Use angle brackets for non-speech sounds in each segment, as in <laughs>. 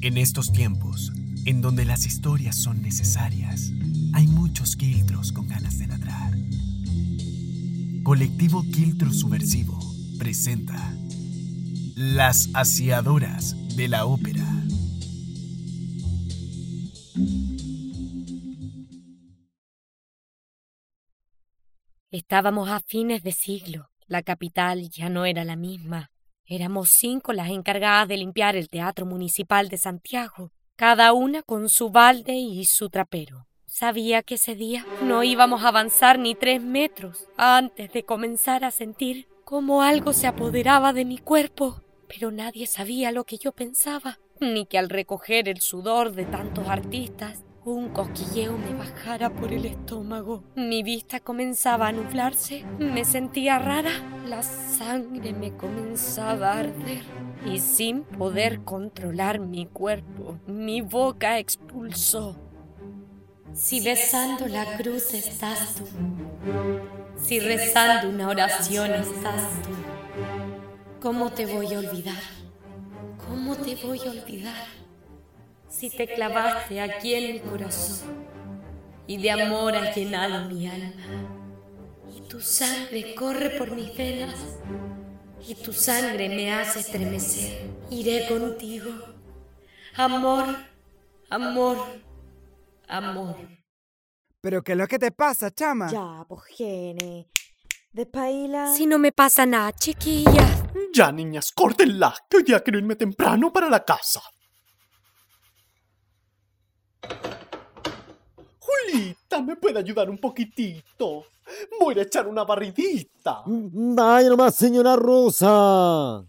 En estos tiempos, en donde las historias son necesarias, hay muchos quiltros con ganas de ladrar. Colectivo Quiltro Subversivo presenta Las Aseadoras de la Ópera. Estábamos a fines de siglo. La capital ya no era la misma. Éramos cinco las encargadas de limpiar el Teatro Municipal de Santiago, cada una con su balde y su trapero. Sabía que ese día no íbamos a avanzar ni tres metros antes de comenzar a sentir cómo algo se apoderaba de mi cuerpo, pero nadie sabía lo que yo pensaba, ni que al recoger el sudor de tantos artistas, un cosquilleo me bajara por el estómago. Mi vista comenzaba a nublarse, me sentía rara, la sangre me comenzaba a arder y sin poder controlar mi cuerpo, mi boca expulsó. Si besando la cruz estás tú, si rezando una oración estás tú, ¿cómo te voy a olvidar? ¿Cómo te voy a olvidar? si te clavaste aquí en mi corazón y de amor has llenado mi alma. Y tu sangre corre por mis venas y tu sangre me hace estremecer. Iré contigo. Amor, amor, amor. ¿Pero qué es lo que te pasa, chama? Ya, pues, gene. Despaila. Si no me pasa nada, chiquillas. Ya, niñas, córtenla, que ya quiero irme temprano para la casa. Julita, ¿me puede ayudar un poquitito? Voy a ir a echar una barridita. Vaya nomás, señora Rosa.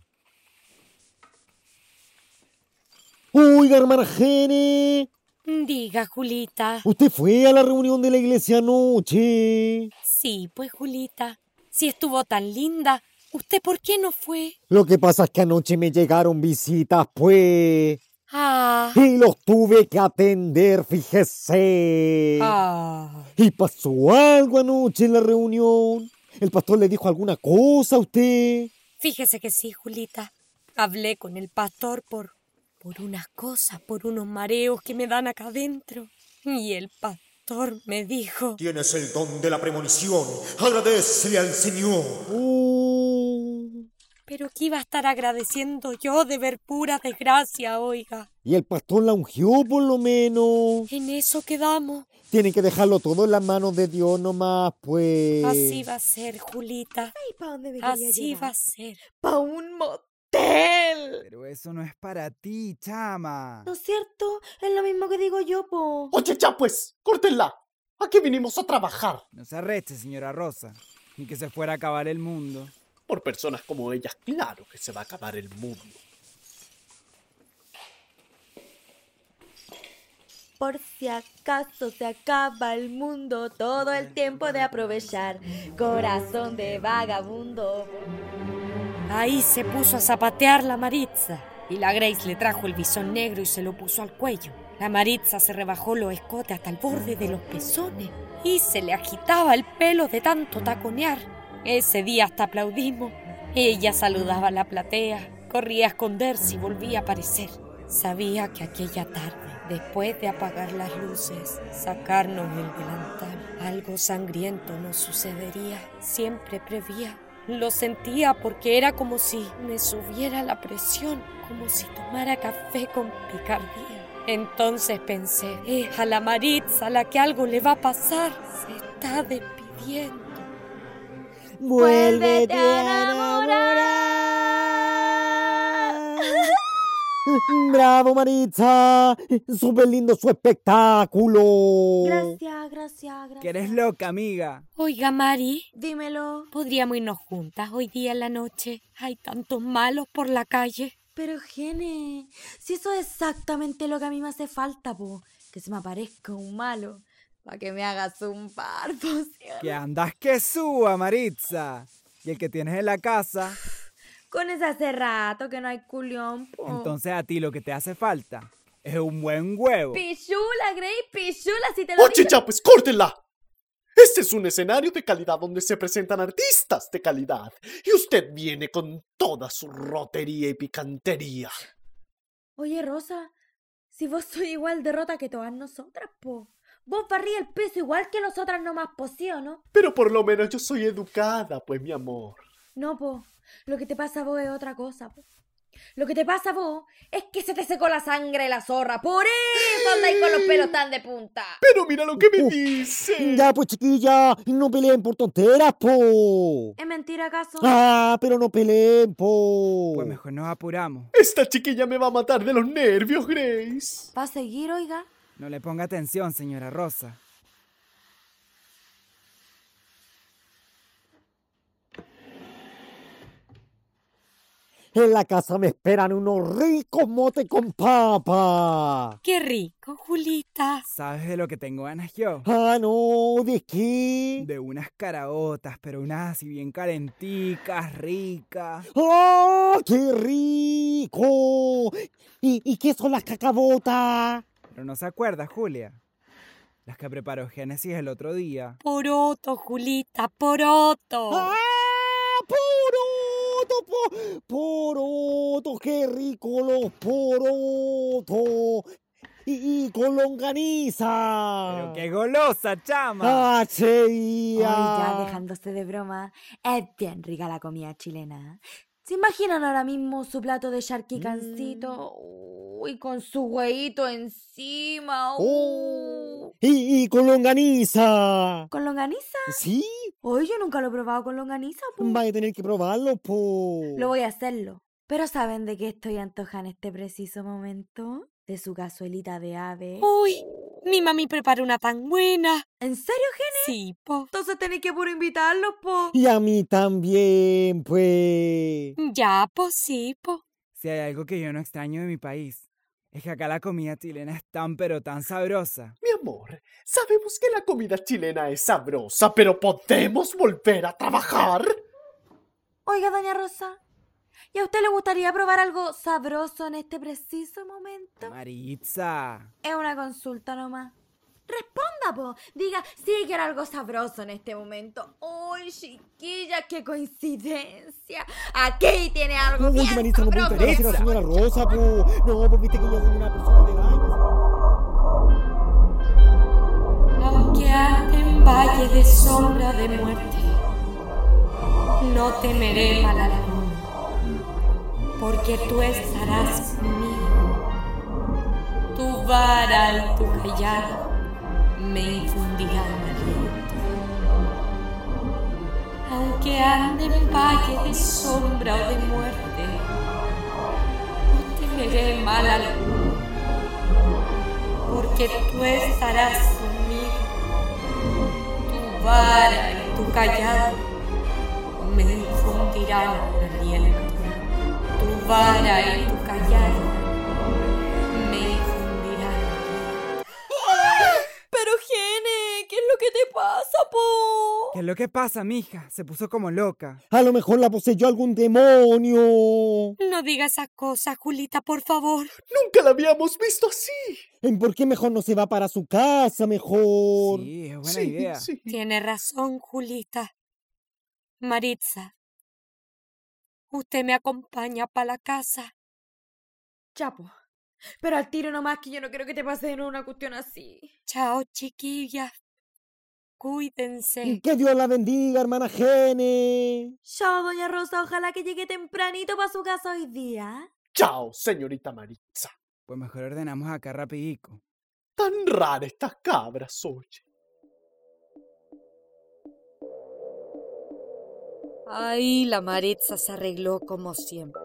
Oiga, hermana Gene, Diga, Julita. usted fue a la reunión de la iglesia anoche. Sí, pues, Julita. Si estuvo tan linda, ¿usted por qué no fue? Lo que pasa es que anoche me llegaron visitas, pues. Ah. Y los tuve que atender, fíjese. Ah. Y pasó algo anoche en la reunión. El pastor le dijo alguna cosa a usted. Fíjese que sí, Julita. Hablé con el pastor por. por unas cosas, por unos mareos que me dan acá adentro. Y el pastor me dijo. Tienes el don de la premonición. Agradecele al Señor. Oh. Pero que iba a estar agradeciendo yo de ver pura desgracia, oiga. Y el pastor la ungió por lo menos. En eso quedamos. Tienen que dejarlo todo en las manos de Dios nomás, pues. Así va a ser, Julita. ¿Y para dónde me quería Así va a ser. ¡Para un motel! Pero eso no es para ti, chama. ¿No es cierto? Es lo mismo que digo yo, po. Oye, ya pues, córtenla. Aquí vinimos a trabajar. No se arreste, señora Rosa. Ni que se fuera a acabar el mundo. Por personas como ellas, claro que se va a acabar el mundo. Por si acaso se acaba el mundo, todo el tiempo de aprovechar. Corazón de vagabundo. Ahí se puso a zapatear la Maritza. Y la Grace le trajo el bisón negro y se lo puso al cuello. La Maritza se rebajó los escotes hasta el borde de los pezones y se le agitaba el pelo de tanto taconear. Ese día hasta aplaudimos. Ella saludaba a la platea, corría a esconderse y volvía a aparecer. Sabía que aquella tarde, después de apagar las luces, sacarnos el delantal, algo sangriento nos sucedería. Siempre prevía lo sentía porque era como si me subiera la presión, como si tomara café con picardía. Entonces pensé, es a la Maritza a la que algo le va a pasar. Se está despidiendo. Vuélvete a ¡Bravo, Maritza! ¡Súper lindo su espectáculo! Gracias, gracias, gracias. Que eres loca, amiga. Oiga, Mari, Dímelo. podríamos irnos juntas hoy día en la noche. Hay tantos malos por la calle. Pero, Gene, si eso es exactamente lo que a mí me hace falta, po. Que se me aparezca un malo. Para que me hagas un par, po, <laughs> ¿cierto? Que andas que suba, Maritza. Y el que tienes en la casa. Con ese hace rato que no hay culión, po. Entonces a ti lo que te hace falta es un buen huevo. Pichula, Grey, pichula, si te lo Oye, dije. ya pues, córtenla. Este es un escenario de calidad donde se presentan artistas de calidad. Y usted viene con toda su rotería y picantería. Oye, Rosa, Si vos sois igual de rota que todas nosotras, po. Vos barrí el piso igual que nosotras nomás, po, ¿sí o no? Pero por lo menos yo soy educada, pues mi amor. No, po. Lo que te pasa a vos es otra cosa, po. Lo que te pasa a vos es que se te secó la sangre de la zorra. Por eso andáis con los pelos tan de punta. Pero mira lo que me Uh. dice. Ya, pues chiquilla, no peleen por tonteras, po. ¿Es mentira acaso? Ah, pero no peleen, po. Pues mejor nos apuramos. Esta chiquilla me va a matar de los nervios, Grace. ¿Va a seguir, oiga? No le ponga atención, señora Rosa. En la casa me esperan unos ricos motes con papa. ¡Qué rico, Julita! ¿Sabes de lo que tengo ganas yo? Ah, no, ¿de qué? De unas caraotas, pero unas así bien calenticas, ricas. ¡Ah, qué rico! ¿Y, y qué son las cacabotas? Pero no se acuerda, Julia. Las que preparó Génesis el otro día. Poroto, Julita, poroto. ¡Ah, poroto! po- ¡Poroto! ¡Qué rico los porotos! Y, y con longaniza. Pero qué golosa, chama. ¡Ah, Ay, cheía! ya dejándose de broma. Es bien rica la comida chilena. ¿Se imaginan ahora mismo su plato de charquicancito? Mm. Uy, con su hueito encima. Oh. Uy. Y, y con longaniza. ¿Con longaniza? ¿Sí? Hoy yo nunca lo he probado con longaniza, po. Vas a tener que probarlo, po. Lo voy a hacerlo. Pero ¿saben de qué estoy antoja en este preciso momento? De su cazuelita de ave. Uy, mi mami prepara una tan buena. ¿En serio, Gen? Sí, po. Entonces tenéis que puro invitarlos, po. Y a mí también, pues. Ya, po, sí, po. Si hay algo que yo no extraño de mi país, es que acá la comida chilena es tan pero tan sabrosa. Mi amor, sabemos que la comida chilena es sabrosa, pero ¿podemos volver a trabajar? Oiga, doña Rosa, ¿y a usted le gustaría probar algo sabroso en este preciso momento? Maritza. Es una consulta nomás. Responda, po. Diga, sí quiero algo sabroso en este momento. ¡Uy, chiquilla, qué coincidencia! Aquí tiene algo Uy, bien Marisa, no puedo sabroso. interesa la señora Rosa, po. No, pues viste que yo soy una persona de pues. daño. Aunque ande en valle de sombra de muerte, no temeré mal alguno, porque tú estarás conmigo. Tu vara y tu callado me infundirán aliento. Aunque ande en valle de sombra o de muerte, no temeré mal alguno porque tú estarás conmigo. Tu vara y tu callado me infundirán aliento. Tu vara y tu callado me infundirán Pero, Gene, ¿qué es lo que te pasa, po? ¿Qué es lo que pasa, mija? Se puso como loca. A lo mejor la poseyó algún demonio. No digas esas cosas, Julita, por favor. Nunca la habíamos visto así. ¿En ¿Por qué mejor no se va para su casa, mejor? Sí, es buena sí, idea. sí. Tiene razón, Julita. Maritza, usted me acompaña para la casa. Chapo. Pero al tiro nomás que yo no quiero que te pase de nuevo una cuestión así. Chao, chiquillas. Y Cuídense. Que Dios la bendiga, hermana Gene. Chao, doña Rosa, ojalá que llegue tempranito para su casa hoy día. Chao, señorita Maritza. Pues mejor ordenamos acá rapidico. Tan rara estas cabras, oye. Ahí la Maritza se arregló como siempre.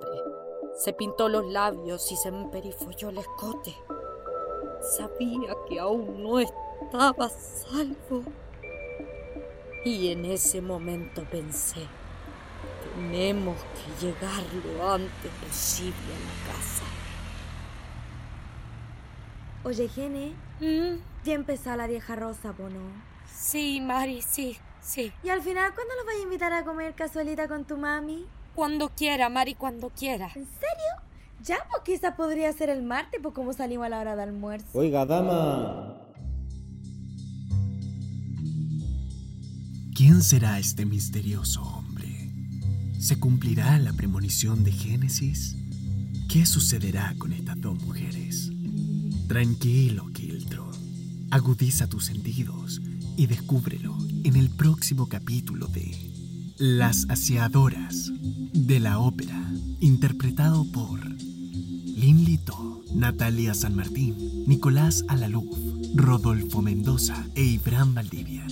Se pintó los labios y se emperifolló el escote. Sabía que aún no estaba a salvo. Y en ese momento pensé, tenemos que llegar lo antes posible a la casa. Oye, Gene, ya empezó la vieja Rosa, po, ¿no? Mm, Sí, Mari, sí, sí. Y al final, ¿cuándo los vas a invitar a comer cazuelita con tu mami? Cuando quiera, Mari, cuando quiera. ¿En serio? Ya, pues quizás podría ser el martes, pues como salimos a la hora de almuerzo. Oiga, dama. ¿Quién será este misterioso hombre? ¿Se cumplirá la premonición de Génesis? ¿Qué sucederá con estas dos mujeres? Tranquilo, Kiltro. Agudiza tus sentidos y descúbrelo en el próximo capítulo de Las Aseadoras de la Ópera, interpretado por Lin Lito, Natalia San Martín, Nicolás Alaluf, Rodolfo Mendoza e Ibrahim Valdivia.